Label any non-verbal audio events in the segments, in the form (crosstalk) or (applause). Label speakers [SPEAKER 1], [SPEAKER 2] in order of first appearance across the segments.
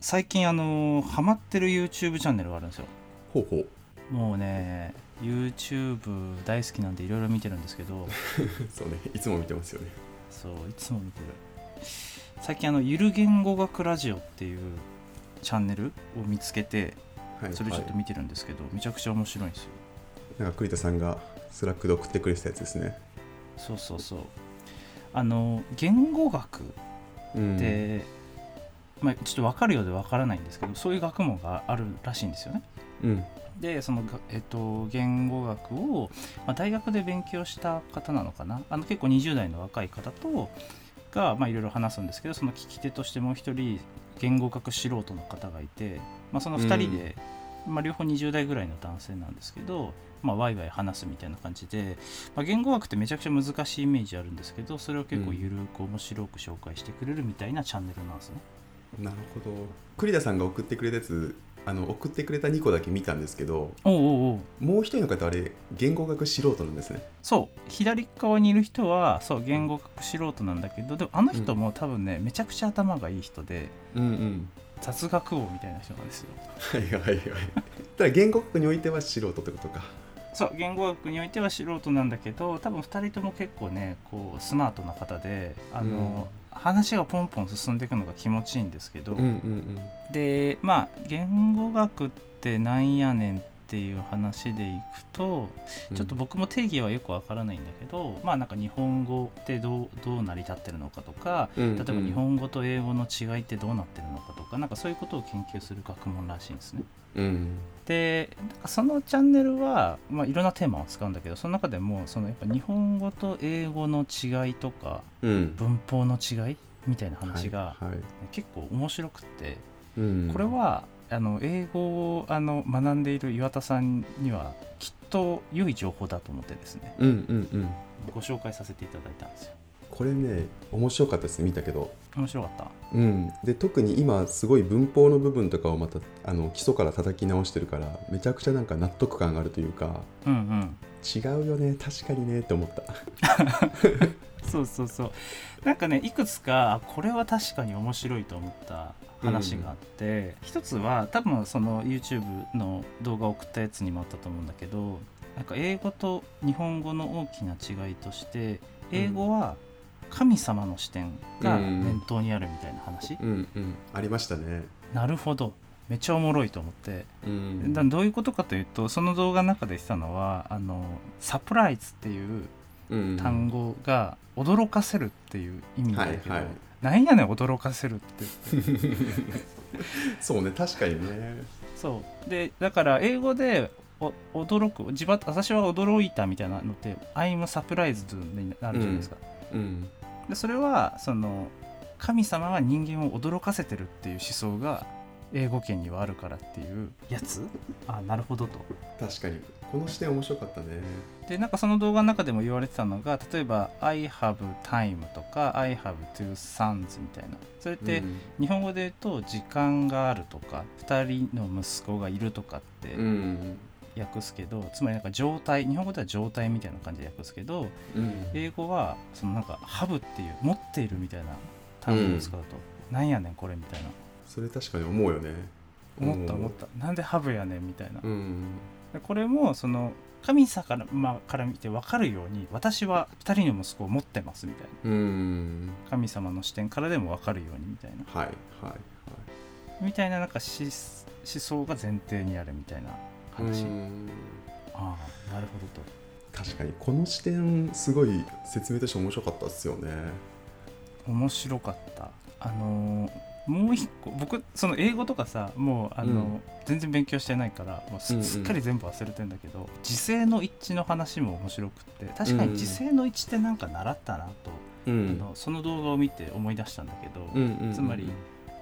[SPEAKER 1] 最近あのハマってる YouTube チャンネルがあるんですよ
[SPEAKER 2] ほうほう
[SPEAKER 1] もうね YouTube 大好きなんでいろいろ見てるんですけ (laughs) ど
[SPEAKER 2] そうねいつも見てますよね
[SPEAKER 1] そういつも見てる最近あの「ゆる言語学ラジオ」っていうチャンネルを見つけて
[SPEAKER 2] はい
[SPEAKER 1] それちょっと
[SPEAKER 2] はい
[SPEAKER 1] 見てるんですけど、めちゃくちゃ面白いんですよ
[SPEAKER 2] なんか栗田さんがスラックで送ってくれてたやつですね
[SPEAKER 1] そうそうそうあの言語学っ
[SPEAKER 2] うん
[SPEAKER 1] て、まあ、ちょっと分かるようで分からないんですけどそういう学問があるらしいんですよね
[SPEAKER 2] うん
[SPEAKER 1] でその、がえっと、言語学を、まあ、大学で勉強した方なのかなあの結構20代の若い方とがまあいろいろ話すんですけどその聞き手としてもう一人言語学素人の方がいて、まあ、その2人で、まあ、両方20代ぐらいの男性なんですけど、まあ、ワイワイ話すみたいな感じで、まあ、言語学ってめちゃくちゃ難しいイメージあるんですけどそれを結構ゆるく面白く紹介してくれるみたいなチャンネルなんですね。
[SPEAKER 2] なるほど栗田さんが送ってくれたやつあの送ってくれた2個だけ見たんですけど
[SPEAKER 1] おうおうおう
[SPEAKER 2] もう一人の方あれ言語学素人なんですね
[SPEAKER 1] そう左側にいる人はそう言語学素人なんだけどでもあの人も多分ね、めちゃくちゃ頭がいい人で
[SPEAKER 2] うんうん
[SPEAKER 1] 雑学王みたいな人なんですよ
[SPEAKER 2] はいはいはいただ言語学においては素人ってことか
[SPEAKER 1] そう言語学においては素人なんだけど多分2人とも結構ねこうスマートな方であの、話がポンポン進んでいくのが気持ちいいんですけど、
[SPEAKER 2] うん
[SPEAKER 1] でまあ言語学ってなんやねんっていう話でいくと
[SPEAKER 2] うん
[SPEAKER 1] ちょっと僕も定義はよくわからないんだけど、まあなんか日本語ってどうどう成り立ってるのかとか
[SPEAKER 2] 例え
[SPEAKER 1] 例えば日本語と英語の違いってどうなってるのかとかなんかそういうことを研究する学問らしいんですね。
[SPEAKER 2] うん
[SPEAKER 1] でなんかそのチャンネルは、まあ、いろんなテーマを使うんだけどその中でもそのやっぱ日本語と英語の違いとか
[SPEAKER 2] うん
[SPEAKER 1] 文法の違いみたいな話が
[SPEAKER 2] はいはい
[SPEAKER 1] 結構面白くって、
[SPEAKER 2] うん
[SPEAKER 1] これはあの英語をあの学んでいる岩田さんにはきっと良い情報だと思ってですね
[SPEAKER 2] うんうんうん
[SPEAKER 1] ご紹介させていただいたんですよ。
[SPEAKER 2] これね面白かったです見たけど
[SPEAKER 1] 面白かった
[SPEAKER 2] うん、で特に今すごい文法の部分とかをまたあの基礎から叩き直してるからめちゃくちゃなんか納得感があるというか
[SPEAKER 1] うんうん
[SPEAKER 2] 違うよね確かにねって思った
[SPEAKER 1] そうそうそうなんかねいくつかあこれは確かに面白いと思った話があって、一つは多分その YouTube の動画を送ったやつにもあったと思うんだけどなんか英語と日本語の大きな違いとして英語は神様の視点が念頭にあるみたいな話、
[SPEAKER 2] うんうんありましたね
[SPEAKER 1] なるほどめっちゃおもろいと思って
[SPEAKER 2] うん
[SPEAKER 1] だどういうことかというとその動画の中で言ってたのはあのサプライズっていう
[SPEAKER 2] うん
[SPEAKER 1] 単語が驚かせるっていう意味なんだけど、
[SPEAKER 2] はいはい
[SPEAKER 1] なんやねん驚かせるって
[SPEAKER 2] そうね確かにね
[SPEAKER 1] そうでだから英語でお驚く自分私は驚いたみたいなのって「I'm surprised」になるじゃないですか、
[SPEAKER 2] うん
[SPEAKER 1] でそれはその神様は人間を驚かせてるっていう思想が英語圏にはあるからっていうやつあなるほどと
[SPEAKER 2] 確かにこの視点面白かったね
[SPEAKER 1] でなんかその動画の中でも言われてたのが例えば「I have time」とか「I have two sons」みたいなそれって、
[SPEAKER 2] うん
[SPEAKER 1] 日本語で言うと「時間がある」とか「2人の息子がいる」とかって
[SPEAKER 2] うん
[SPEAKER 1] 訳すけど、つまりなんか状態日本語では状態みたいな感じで訳すけど
[SPEAKER 2] うん
[SPEAKER 1] 英語はそのなんか「ハブ」っていう「持っている」みたいな単語を使うと「なんやねんこれ」みたいな
[SPEAKER 2] それ確かに思うよね
[SPEAKER 1] 思った思ったなんで「ハブ」やねんみたいな
[SPEAKER 2] う、ん
[SPEAKER 1] でこれもその神様から,、まあ、から見て分かるように私は2人の息子を持ってますみたいな
[SPEAKER 2] うん
[SPEAKER 1] 神様の視点からでも分かるようにみたいな
[SPEAKER 2] はいはいはい
[SPEAKER 1] みたいななんか思思想が前提にあるみたいな話。
[SPEAKER 2] うん
[SPEAKER 1] ああなるほどと
[SPEAKER 2] 確かにこの視点すごい説明として面白かったですよね
[SPEAKER 1] 面白かったあのーもう一個僕その英語とかさもうあのー、
[SPEAKER 2] うん
[SPEAKER 1] 全然勉強してないからもうす,、
[SPEAKER 2] うんうん
[SPEAKER 1] すっかり全部忘れてんだけど時勢の一致の話も面白くって確かに時勢の一致ってなんか習ったなと、あ
[SPEAKER 2] うん
[SPEAKER 1] のその動画を見て思い出したんだけど、つまり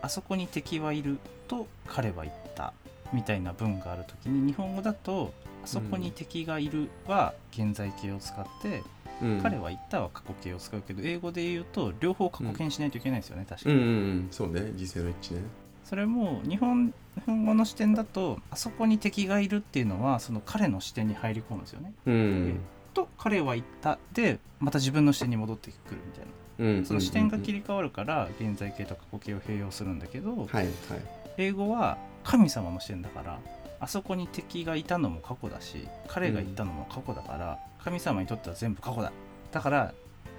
[SPEAKER 1] あそこに敵はいると彼は言ったみたいな文がある時に日本語だとあそこに敵がいるは現在形を使って、彼は言ったは過去形を使うけど英語で言うと両方過去形にしないといけないですよね、確か
[SPEAKER 2] うん
[SPEAKER 1] に、
[SPEAKER 2] うんうんそうね時勢の一致ね
[SPEAKER 1] それも日本日本語の視点だとあそこに敵がいるっていうのはその彼の視点に入り込むんですよね
[SPEAKER 2] うん
[SPEAKER 1] と彼は言ったでまた自分の視点に戻ってくるみたいな
[SPEAKER 2] うん
[SPEAKER 1] その視点が
[SPEAKER 2] き
[SPEAKER 1] 切り替わるから現在形と過去形を併用するんだけど、
[SPEAKER 2] はいはい
[SPEAKER 1] 英語は神様の視点だからあそこに敵がいたのも過去だし彼がいたのも過去だから、神様にとっては全部過去だだから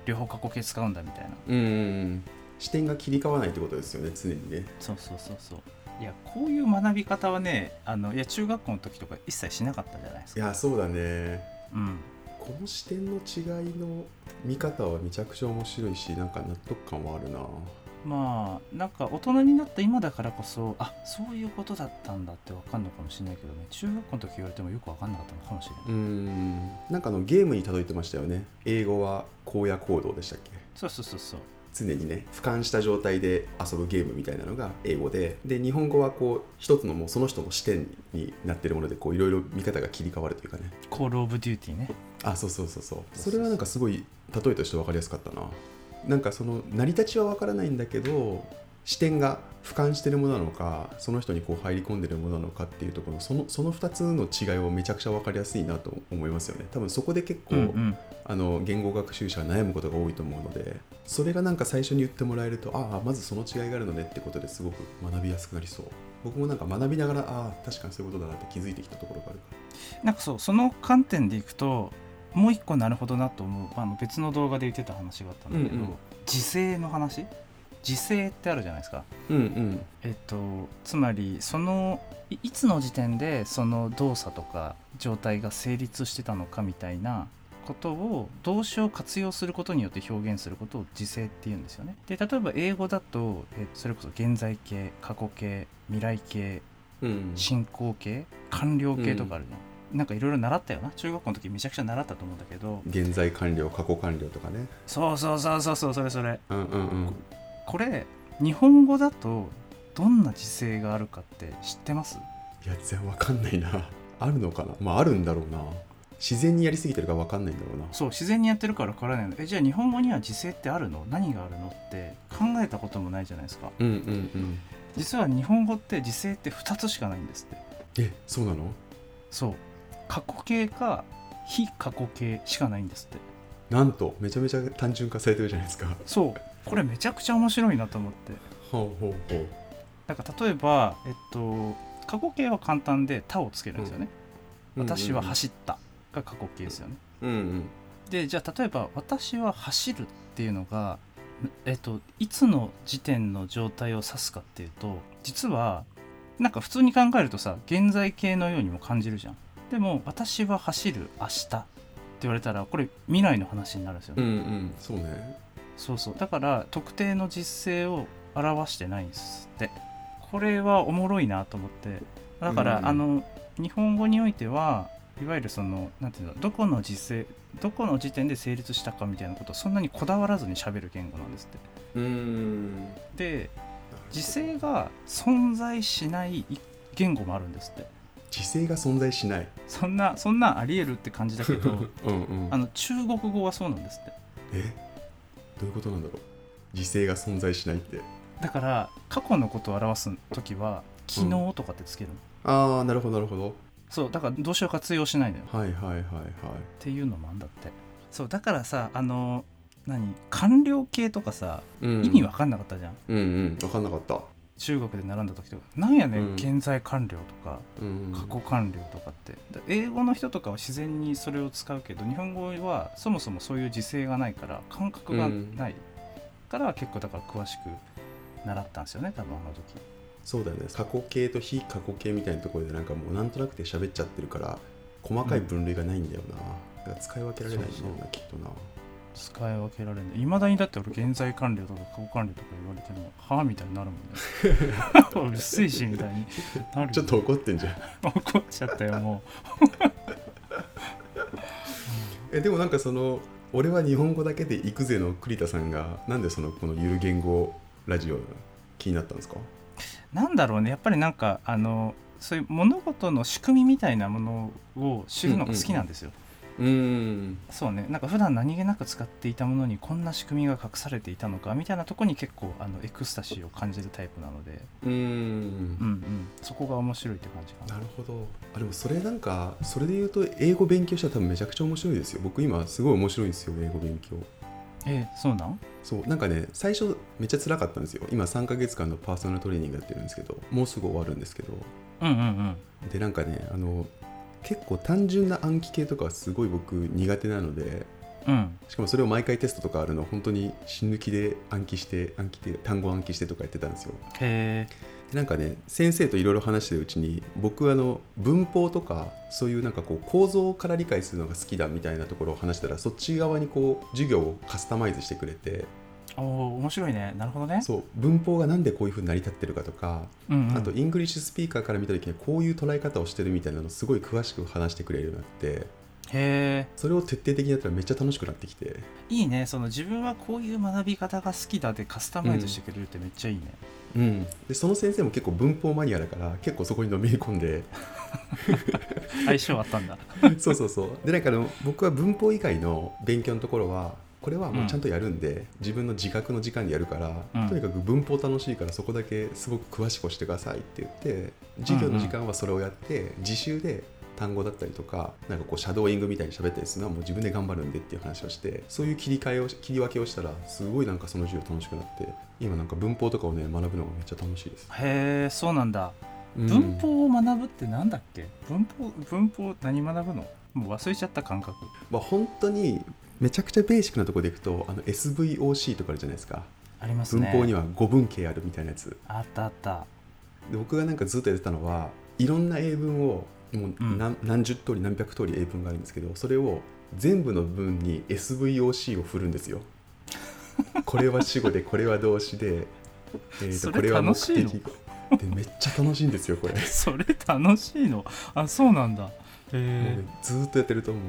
[SPEAKER 1] 両方過去形使うんだみたいな
[SPEAKER 2] うんうんうん視点が切り替わらないってことですよね常にね
[SPEAKER 1] そうそうそうそういやこういう学び方はねあのいや中学校の時とか一切しなかったじゃないです
[SPEAKER 2] い
[SPEAKER 1] か
[SPEAKER 2] やそうだね
[SPEAKER 1] うん
[SPEAKER 2] この視点の違いの見方はめちゃくちゃ面白いしなんか納得感はあるな
[SPEAKER 1] まあなんか大人になった今だからこそあそういうことだったんだってわかんのかもしれないけどね中学校の時言われてもよくわかんなかったのかもしれない、
[SPEAKER 2] うんなんかあのゲームに例えてましたよね英語は荒野行動でしたっけ
[SPEAKER 1] そうそうそうそう
[SPEAKER 2] 常にね俯瞰した状態で遊ぶゲームみたいなのが英語でで日本語はこう一つのもうその人の視点になってるものでこういろいろ見方が切り替わるというかね
[SPEAKER 1] コール・オブ・デューティーね
[SPEAKER 2] あそうそうそうそうそれはなんかすごい例えとして分かりやすかったななんかその成り立ちは分からないんだけど視点が俯瞰してるものなのかその人にこう入り込んでるものなのかっていうところのそのその2つの違いはめちゃくちゃ分かりやすいなと思いますよね多分そこで結構、
[SPEAKER 1] うんうん
[SPEAKER 2] あの言語学習者は悩むことが多いと思うのでそれがなんか最初に言ってもらえるとああまずその違いがあるのねってことですごく学びやすくなりそう僕もなんか学びながらああ確かにそういうことだなって気づいてきたところがあるから
[SPEAKER 1] なんかそうその観点でいくともう一個なるほどなと思うあの別の動画で言ってた話があったんだけど、
[SPEAKER 2] うんうん
[SPEAKER 1] 時勢の話時勢ってあるじゃないですか
[SPEAKER 2] うんうん
[SPEAKER 1] えっと、つまりそのいいつの時点でその動作とか状態が成立してたのかみたいなことを動詞を活用することによって表現することを時制っていうんですよね。で例えば英語だとえそれこそ現在形過去形未来形
[SPEAKER 2] うん
[SPEAKER 1] 進行形完了形とかあるじゃん。なんかいろいろ習ったよな中学校の時めちゃくちゃ習ったと思うんだけど
[SPEAKER 2] 現在完了過去完了とかね
[SPEAKER 1] そうそうそうそうそうそれそれ
[SPEAKER 2] うんうんうん
[SPEAKER 1] これ日本語だとどんな時制があるかって知ってます
[SPEAKER 2] いや全然わかんないなあるのかなまああるんだろうな自然にやりすぎてるからわかんないんだろうな
[SPEAKER 1] そう自然にやってるから分からないのえじゃあ日本語には時制ってあるの何があるのって考えたこともないじゃないですか
[SPEAKER 2] うんうんうん
[SPEAKER 1] 実は日本語って時制って2つしかないんですって
[SPEAKER 2] えそうなの
[SPEAKER 1] そう過去形か非過去形しかないんですって
[SPEAKER 2] なんとめちゃめちゃ単純化されてるじゃないですか
[SPEAKER 1] そうこれめちゃくちゃ面白いなと思って
[SPEAKER 2] ほうほうほう
[SPEAKER 1] なんか例えばえっと過去形は簡単で「他」をつけるんですよね、私は走ったが過去形ですよね、
[SPEAKER 2] うんうん
[SPEAKER 1] でじゃあ例えば「私は走る」っていうのが、えっと、いつの時点の状態を指すかっていうと実はなんか普通に考えるとさ現在形のようにも感じるじゃんでも「私は走る明日」って言われたらこれ未来の話になるんですよ
[SPEAKER 2] う
[SPEAKER 1] ね、
[SPEAKER 2] んうんそうね
[SPEAKER 1] そうそうだから特定の実勢を表してないんですってこれはおもろいなと思ってだから、
[SPEAKER 2] うん
[SPEAKER 1] あの日本語においてはいわゆるそのなんていうのどこの実勢どこの時点で成立したかみたいなことをそんなにこだわらずに喋る言語なんですって
[SPEAKER 2] うん
[SPEAKER 1] で時勢が存在しない言語もあるんですって
[SPEAKER 2] 時勢が存在しない
[SPEAKER 1] そんなそんなんありえるって感じだけ
[SPEAKER 2] (laughs)
[SPEAKER 1] ど
[SPEAKER 2] うんうん
[SPEAKER 1] あの中国語はそうなんですって
[SPEAKER 2] えどういうことなんだろう時勢が存在しないって
[SPEAKER 1] だから過去のことを表す時は「昨日」とかってつけるの、
[SPEAKER 2] ああなるほどなるほど
[SPEAKER 1] そうだから動詞を活用しないのよっ
[SPEAKER 2] はいはいはいはい
[SPEAKER 1] ていうのもあんだってそうだからさあの何完了形とかさ
[SPEAKER 2] うん
[SPEAKER 1] 意味分かんなかったじゃん、
[SPEAKER 2] うんうん分かんなかった
[SPEAKER 1] 中学で習んだ時とかなんやねん、
[SPEAKER 2] うん
[SPEAKER 1] 現在完了とか
[SPEAKER 2] うん
[SPEAKER 1] 過去完了とかって、だ英語の人とかは自然にそれを使うけど日本語はそもそもそういう時制がないから感覚がないから結構だから詳しく習ったんですよね多分あの時
[SPEAKER 2] そうだよね過去形と非過去形みたいなところでなんかもうなんとなくて喋っちゃってるから細かい分類がないんだよな、だから使い分けられないんだよなきっとな
[SPEAKER 1] 使い分けられないいまだにだって俺現在完了とか過去完了とか言われてもはあみたいになるもんねう
[SPEAKER 2] (laughs)
[SPEAKER 1] っせいしみたいになる
[SPEAKER 2] ちょっと怒ってんじゃん
[SPEAKER 1] 怒っちゃったよも
[SPEAKER 2] えでもなんかその俺は日本語だけで行くぜの栗田さんがなんでそのこのゆる言語ラジオが気になったんですか
[SPEAKER 1] うなんだろうねやっぱりなんかあのそういう物事の仕組みみたいなものを知るのが好きなんですよ、
[SPEAKER 2] うん
[SPEAKER 1] そうねなんか普段何気なく使っていたものにこんな仕組みが隠されていたのかみたいなとこに結構あのエクスタシーを感じるタイプなので
[SPEAKER 2] うん
[SPEAKER 1] うんうんそこが面白いって感じかな
[SPEAKER 2] なるほどあでもそれなんかそれで言うと英語勉強したら多分めちゃくちゃ面白いですよ僕今すごい面白いんですよ英語勉強
[SPEAKER 1] えそうなん
[SPEAKER 2] そうなんかね最初めっちゃ辛かったんですよ今3ヶ月間のパーソナルトレーニングやってるんですけどもうすぐ終わるんですけど
[SPEAKER 1] うんうんうん
[SPEAKER 2] でなんかねあの結構単純な暗記系とかはすごい僕苦手なので
[SPEAKER 1] うん
[SPEAKER 2] しかもそれを毎回テストとかあるの本当に死ぬ気で暗記して暗記って単語暗記してとかやってたんですよ
[SPEAKER 1] へえ
[SPEAKER 2] でなんかね先生といろいろ話してるうちに僕あの文法とかそういうなんかこう構造から理解するのが好きだみたいなところを話したらそっち側にこう授業をカスタマイズしてくれて
[SPEAKER 1] おお面白いねなるほどね
[SPEAKER 2] そう文法がなんでこういうふうに成り立ってるかとか
[SPEAKER 1] うんうん
[SPEAKER 2] あとイングリッシュスピーカーから見た時にこういう捉え方をしてるみたいなのをすごい詳しく話してくれるようになって
[SPEAKER 1] へえ
[SPEAKER 2] それを徹底的にやったらめっちゃ楽しくなってきて
[SPEAKER 1] いいねその自分はこういう学び方が好きだでカスタマイズしてくれるってめっちゃいいね、
[SPEAKER 2] うん、でその先生も結構文法マニアだから結構そこにのめり込んで
[SPEAKER 1] 相性あった
[SPEAKER 2] (laughs)
[SPEAKER 1] んだ
[SPEAKER 2] そうそうそうでなんかあの僕は文法以外の勉強のところはこれはもうちゃんとやるんで、自分の自覚の時間でやるから、
[SPEAKER 1] うん
[SPEAKER 2] とにかく文法楽しいからそこだけすごく詳しくしてくださいって言って授業の時間はそれをやって、自習で単語だったりとかなんかこうシャドーイングみたいに喋ったりするのはもう自分で頑張るんでっていう話をしてそういう切り替えをし切り分けをしたらすごいなんかその授業楽しくなって今なんか文法とかをね学ぶのがめっちゃ楽しいです。
[SPEAKER 1] へえそうなんだ
[SPEAKER 2] うん
[SPEAKER 1] 文法を学ぶってなんだっけ文法文法何学ぶのもう忘れちゃった感覚
[SPEAKER 2] まあ、本当にめちゃくちゃベーシックなところでいくとあの SVOC とかあるじゃないですか
[SPEAKER 1] あります
[SPEAKER 2] 文
[SPEAKER 1] ね
[SPEAKER 2] 法には語文系あるみたいなやつ
[SPEAKER 1] あったあった (laughs)
[SPEAKER 2] で僕がなんかずっとやってたのはいろんな英文をもう
[SPEAKER 1] うん
[SPEAKER 2] 何,、何十通り何百通り英文があるんですけどそれを全部の文に SVOC を振るんですよこれは主語でこれは動詞で、えー
[SPEAKER 1] そ
[SPEAKER 2] と
[SPEAKER 1] れ
[SPEAKER 2] これは目
[SPEAKER 1] 楽しいの
[SPEAKER 2] 的でめっちゃ楽しいんですよこれも
[SPEAKER 1] それ楽しいのあそうなんだへ
[SPEAKER 2] う
[SPEAKER 1] え
[SPEAKER 2] ねずーっとやってるともう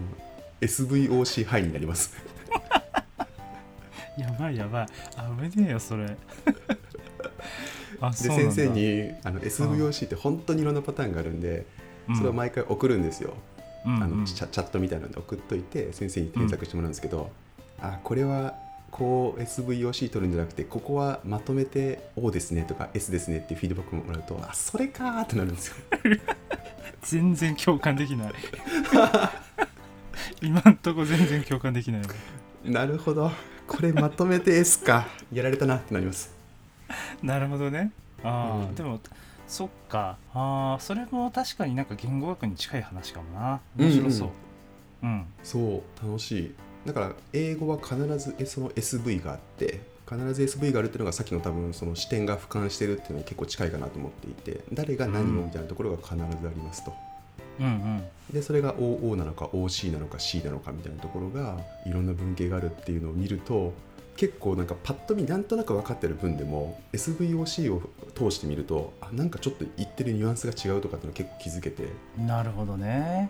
[SPEAKER 2] SVOC 範囲になります
[SPEAKER 1] やばいやばい。危ねえよ、そ
[SPEAKER 2] (laughs)
[SPEAKER 1] れ。あ、
[SPEAKER 2] で
[SPEAKER 1] そうなんだ。
[SPEAKER 2] 先生にあの SVOC って本当にいろんなパターンがあるんで、それを毎回送るんですよ、
[SPEAKER 1] うん、
[SPEAKER 2] あ
[SPEAKER 1] うんうん
[SPEAKER 2] のチャチャットみたいなので送っといて先生に添削してもらうんですけど、あこれはこう SVOC 取るんじゃなくてここはまとめて O ですねとか S ですねっていうフィードバックもらうとあそれかーってなるんです
[SPEAKER 1] (laughs)
[SPEAKER 2] よ
[SPEAKER 1] 全然共感でき (laughs) ない。今んとこ全然共感できないわ。
[SPEAKER 2] なるほどこれまとめて S かやられたなってなります
[SPEAKER 1] なるほどね。ああ、
[SPEAKER 2] うん
[SPEAKER 1] でも、そっか。ああ、それも確かになんか言語学に近い話かもな。
[SPEAKER 2] うん
[SPEAKER 1] 面
[SPEAKER 2] うん
[SPEAKER 1] 白そう。うん、
[SPEAKER 2] そう楽しいだから英語は必ずえその SV があって必ず SV があるっていうのがさっきの多分その視点が俯瞰してるっていうのに結構近いかなと思っていて誰が何をみたいなところが必ずありますと、
[SPEAKER 1] うん、うん。
[SPEAKER 2] でそれが OO なのか OC なのか C なのかみたいなところがいろんな文系があるっていうのを見ると結構なんかパッと見なんとなく分かってる分でも SVOC を通してみるとあなんかちょっと言ってるニュアンスが違うとかっていうの結構気づけて
[SPEAKER 1] なるほどね。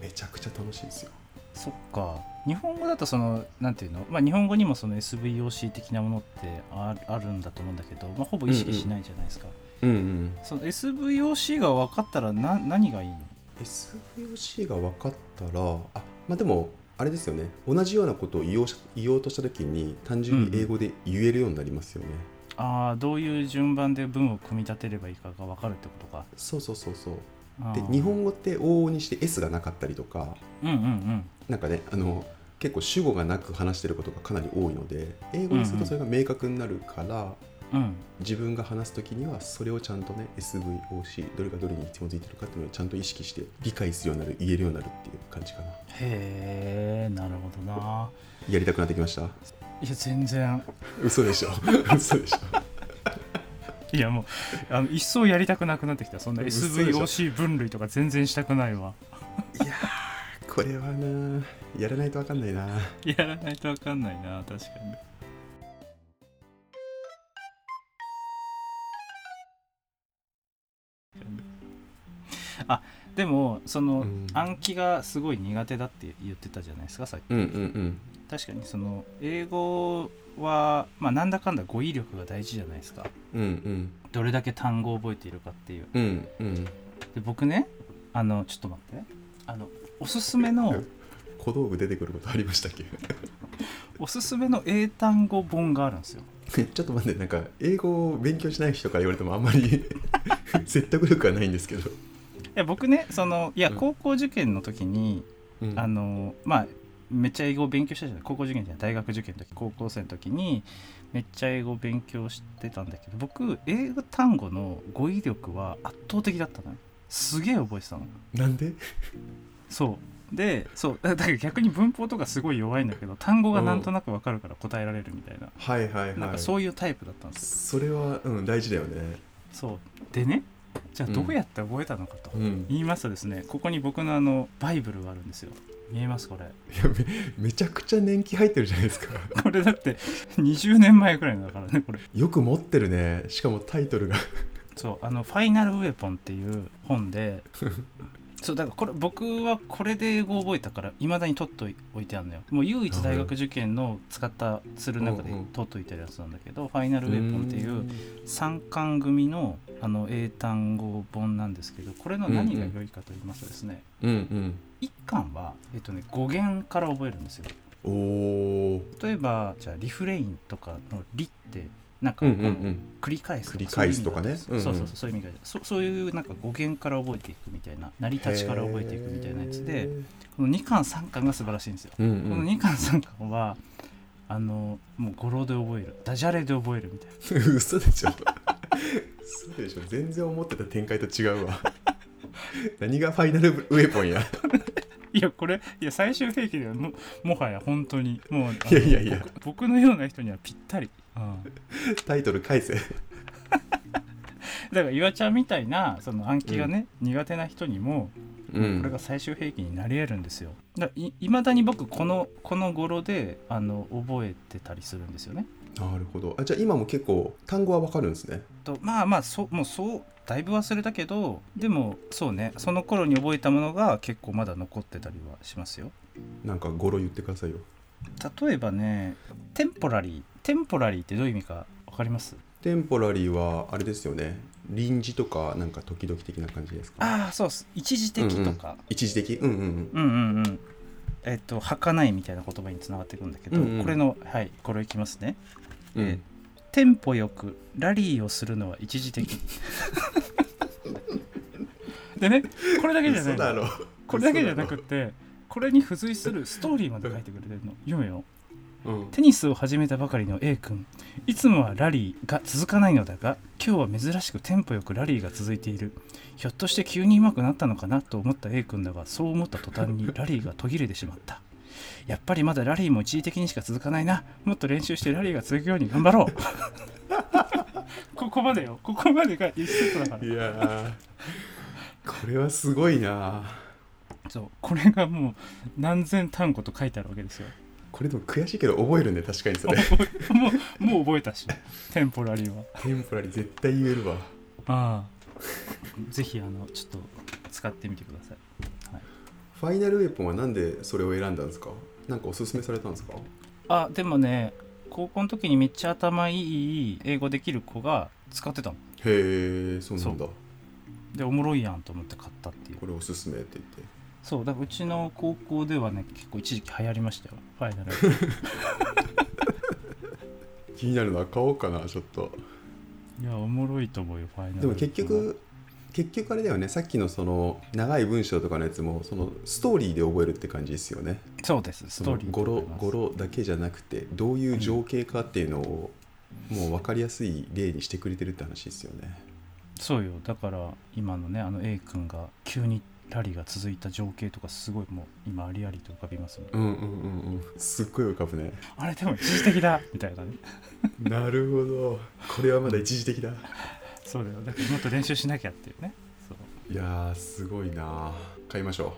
[SPEAKER 2] めちゃくちゃ楽しいですよ。
[SPEAKER 1] そっか日本語だとそのなんていうの、まあ、日本語にもその SVOC 的なものってああるんだと思うんだけど、まあ、ほぼ意識しないじゃないですか、
[SPEAKER 2] うんうん、
[SPEAKER 1] その SVOC が分かったらな何がいいの
[SPEAKER 2] SVOC が分かったらあまあでもあれですよね同じようなことを言おうし言おうとした時に単純に英語で言えるようになりますよね。
[SPEAKER 1] あーどういう順番で文を組み立てればいいかが分かるってことか
[SPEAKER 2] そうそうそうそう
[SPEAKER 1] あ
[SPEAKER 2] で
[SPEAKER 1] ー
[SPEAKER 2] 日本語って OO にして S がなかったりとか。
[SPEAKER 1] うんうんうん
[SPEAKER 2] なんかねあの結構主語がなく話してることがかなり多いので英語にするとそれが明確になるから、
[SPEAKER 1] うん
[SPEAKER 2] 自分が話す時にはそれをちゃんとね SVOC どれがどれに紐づいてるかっていうのをちゃんと意識して理解するようになる言えるようになるっていう感じかな
[SPEAKER 1] へえなるほどな
[SPEAKER 2] やりたくなってきました
[SPEAKER 1] いや全然
[SPEAKER 2] 嘘でしょ嘘でしょ
[SPEAKER 1] いやもうあの一層やりたくなくなってきたそんな
[SPEAKER 2] 嘘でしょ
[SPEAKER 1] SVOC 分類とか全然したくないわ
[SPEAKER 2] いやーこれはなやらないと分かんないな
[SPEAKER 1] やらないと分かんないな確かにあでもその、
[SPEAKER 2] うん
[SPEAKER 1] 暗記がすごい苦手だって言ってたじゃないですかさっき
[SPEAKER 2] うんうんうん
[SPEAKER 1] 確かにその英語は、まあ、なんだかんだ語彙力が大事じゃないですか
[SPEAKER 2] うん
[SPEAKER 1] どれだけ単語を覚えているかっていう
[SPEAKER 2] うんうんうん
[SPEAKER 1] で僕ねあのちょっと待ってあのおすすめの
[SPEAKER 2] 小道具出てくることありましたっけ
[SPEAKER 1] おすすめの英単語本があるんですよ
[SPEAKER 2] ちょっと待ってなんか英語を勉強しない人から言われてもあんまり説得力はないんですけど
[SPEAKER 1] いや僕ねそのいや
[SPEAKER 2] うん
[SPEAKER 1] 高校受験の時に、
[SPEAKER 2] うん
[SPEAKER 1] あのまあめっちゃ英語を勉強したじゃない高校受験じゃない大学受験の時高校生の時にめっちゃ英語を勉強してたんだけど僕英語単語の語彙力は圧倒的だったのよすげえ覚えてたの
[SPEAKER 2] なんで
[SPEAKER 1] そうでそうだ (laughs) だから逆に文法とかすごい弱いんだけど単語がなんとなくわかるから答えられるみたいな、
[SPEAKER 2] はいはいはい
[SPEAKER 1] なんかそういうタイプだったんですよ
[SPEAKER 2] それは、うん、大事だよね
[SPEAKER 1] そうでねじゃあどうやって覚えたのかと
[SPEAKER 2] うん
[SPEAKER 1] 言いますとですねここに僕のあのバイブルがあるんですよ見えますこれ
[SPEAKER 2] いやめめちゃくちゃ年季入ってるじゃないですか
[SPEAKER 1] これだって20年前くらいのだからねこれ
[SPEAKER 2] よく持ってるねしかもタイトルが
[SPEAKER 1] そうあの「ファイナルウェポン」っていう本
[SPEAKER 2] (laughs)
[SPEAKER 1] でそうだからこれ僕はこれで英語を覚えたからいまだに取っといてあるのよもう唯一大学受験の使ったする中で
[SPEAKER 2] うんうん
[SPEAKER 1] 取っといてるやつなんだけど「ファイナルウェポン」っていう三巻組のあの英単語本なんですけどこれの何が良いかと言いますとですね、
[SPEAKER 2] うん
[SPEAKER 1] 一巻は、えっとね、語源から覚えるんですよ
[SPEAKER 2] うんおー
[SPEAKER 1] 例えばじゃあリフレインとかの「リ」ってなんか、
[SPEAKER 2] うんうんうん
[SPEAKER 1] 繰り返す
[SPEAKER 2] 繰り返すとかね
[SPEAKER 1] そういう意味なんですそうそうそうそういう意味がそそういうなんか語源から覚えていくみたいな成り立ちから覚えていくみたいなやつ
[SPEAKER 2] へ
[SPEAKER 1] で
[SPEAKER 2] ー
[SPEAKER 1] この2巻3巻が素晴らしいんですよ、
[SPEAKER 2] うんう
[SPEAKER 1] この
[SPEAKER 2] ん
[SPEAKER 1] 2巻3巻はあのもう語呂で覚えるダジャレで覚えるみたいな (laughs)
[SPEAKER 2] 嘘でしょ嘘でしょ全然思ってた展開と違うわ何がファイナルウェポンや
[SPEAKER 1] いやこれいや最終兵器ではももはや本当にもうあの
[SPEAKER 2] いやいやいや
[SPEAKER 1] 僕僕のような人にはぴったり、うん、
[SPEAKER 2] タイトル返せ
[SPEAKER 1] だから岩ちゃんみたいなその暗記がね、苦手な人にも
[SPEAKER 2] う
[SPEAKER 1] これが最終兵器になり得るんですよだからいいまだに僕このこの語呂であの覚えてたりするんですよね
[SPEAKER 2] なるほどあじゃあ今も結構単語はわかるんですね
[SPEAKER 1] とまあまあそもうそうだいぶ忘れたけどでもそうねその頃に覚えたものが結構まだ残ってたりはしますよ
[SPEAKER 2] なんか語呂言ってくださいよ
[SPEAKER 1] 例えばねテンポラリーテンポラリーってどういう意味か分かります
[SPEAKER 2] テンポラリーはあれですよね臨時とかなんか時々的な感じですか
[SPEAKER 1] ああそうっす一時的とか、
[SPEAKER 2] 一時的うんうん
[SPEAKER 1] うん、うんうんえっと儚いみたいな言葉につながっていくんだけど、
[SPEAKER 2] うんうん
[SPEAKER 1] これのはいこれいきますね
[SPEAKER 2] うん、
[SPEAKER 1] えテンポよくラリーをするのは一時的 (laughs) でねこれだけじゃない
[SPEAKER 2] 嘘
[SPEAKER 1] の
[SPEAKER 2] だろ
[SPEAKER 1] これだけじゃなく
[SPEAKER 2] て、
[SPEAKER 1] てこれに付随するストーリーまで書いてくれてるの読むよ
[SPEAKER 2] うん
[SPEAKER 1] テニスを始めたばかりの A 君いつもはラリーが続かないのだが今日は珍しくテンポよくラリーが続いているひょっとして急に上手くなったのかなと思った A 君だがそう思った途端にラリーが途切れてしまったやっぱりまだラリーも一時的にしか続かないなもっと練習してラリーが続くように頑張ろう (laughs) ここまでよここまでが一セットだから
[SPEAKER 2] いやーこれはすごいな
[SPEAKER 1] そうこれがもう何千単語と書いてあるわけですよ
[SPEAKER 2] これでも悔しいけど覚えるね確かにそ (laughs) れ
[SPEAKER 1] もうもう覚えたしテンポラリーは
[SPEAKER 2] テンポラリー絶対言えるわ
[SPEAKER 1] ああぜひあのちょっと使ってみてください
[SPEAKER 2] ファイナルウェポンはなんでそれを選んだんですかなんかおすすめされたんですか
[SPEAKER 1] あでもね高校の時にめっちゃ頭いい英語できる子が使ってたの
[SPEAKER 2] へえそうなんだ
[SPEAKER 1] でおもろいやんと思って買ったっていう
[SPEAKER 2] これおすすめって言って
[SPEAKER 1] そうだからうちの高校ではね結構一時期流行りましたよフ (laughs) ァイナル
[SPEAKER 2] 気になるのは買おうかなちょっと
[SPEAKER 1] いやおもろいと思うよファイナル
[SPEAKER 2] でも結局結局あれだよねさっきのその長い文章とかのやつもそのストーリーで覚えるって感じですよね
[SPEAKER 1] そうですス
[SPEAKER 2] そ
[SPEAKER 1] トー
[SPEAKER 2] の
[SPEAKER 1] リー
[SPEAKER 2] 語呂
[SPEAKER 1] でございます
[SPEAKER 2] 語呂だけじゃなくてどういう情景かっていうのをもう分かりやすい例にしてくれてるって話ですよね
[SPEAKER 1] そうよだから今のねあの A 君が急にラリーが続いた情景とかすごいもう今ありありと浮かびますもん
[SPEAKER 2] うんうんうんうんすっごい浮かぶね
[SPEAKER 1] あれでも一時的だみたいなね
[SPEAKER 2] (laughs) なるほどこれはまだ一時的だ
[SPEAKER 1] そうだよだからもっと練習しなきゃっていうねそう
[SPEAKER 2] いやーすごいな買いましょ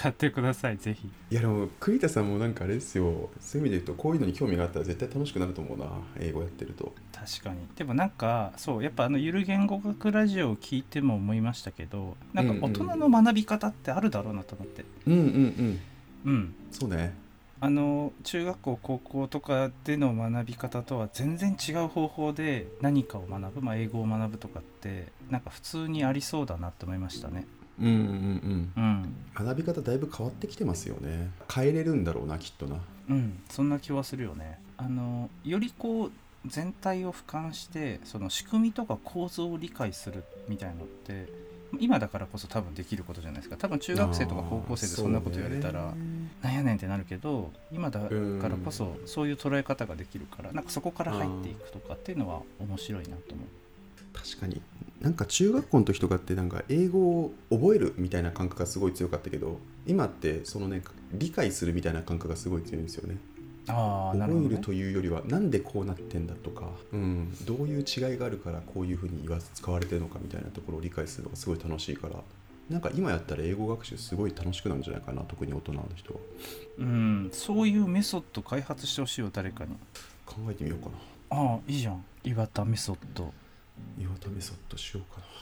[SPEAKER 1] 買ってくださいぜひ
[SPEAKER 2] ういやでも栗田さんもなんかあれですよそういう意味で言うとこういうのに興味があったら絶対楽しくなると思うな英語やってると
[SPEAKER 1] 確かにでもなんかそうやっぱあのゆる言語学ラジオを聞いても思いましたけどなんか大人の学び方ってあるだろうなと思って
[SPEAKER 2] うんうんうん
[SPEAKER 1] うん
[SPEAKER 2] そうね
[SPEAKER 1] あの中学校高校とかでの学び方とは全然違う方法で何かを学ぶ、まあ、英語を学ぶとかってなんか普通にありそうだなって思いましたね
[SPEAKER 2] うんうんうん
[SPEAKER 1] うん
[SPEAKER 2] 学び方だいぶ変わってきてますよね変えれるんだろうなきっとな
[SPEAKER 1] うんそんな気はするよねあのよりこう全体を俯瞰してその仕組みとか構造を理解するみたいのって今だからこそ多分できることじゃないですか多分中学生とか高校生でそんなこと言われたら、なんやねんってなるけど今だからこそそういう捉え方ができるからなんかそこから入っていくとかっていうのは面白いなと思う。
[SPEAKER 2] 確かになんか中学校の時とかってなんか英語を覚えるみたいな感覚がすごい強かったけど今ってそのね理解するみたいな感覚がすごい強いんですよね
[SPEAKER 1] あーなるほど
[SPEAKER 2] 覚える
[SPEAKER 1] ね
[SPEAKER 2] というよりはなんでこうなってんだとか、うん、どういう違いがあるからこういうふうに言わ使われてるのかみたいなところを理解するのがすごい楽しいからなんか今やったら英語学習すごい楽しくなるんじゃないかな特に大人の人は
[SPEAKER 1] うん、そういうメソッド開発してほしいよ誰かに
[SPEAKER 2] 考えてみようかな
[SPEAKER 1] ああいいじゃん岩田メソッド
[SPEAKER 2] 岩田メソッドしようかな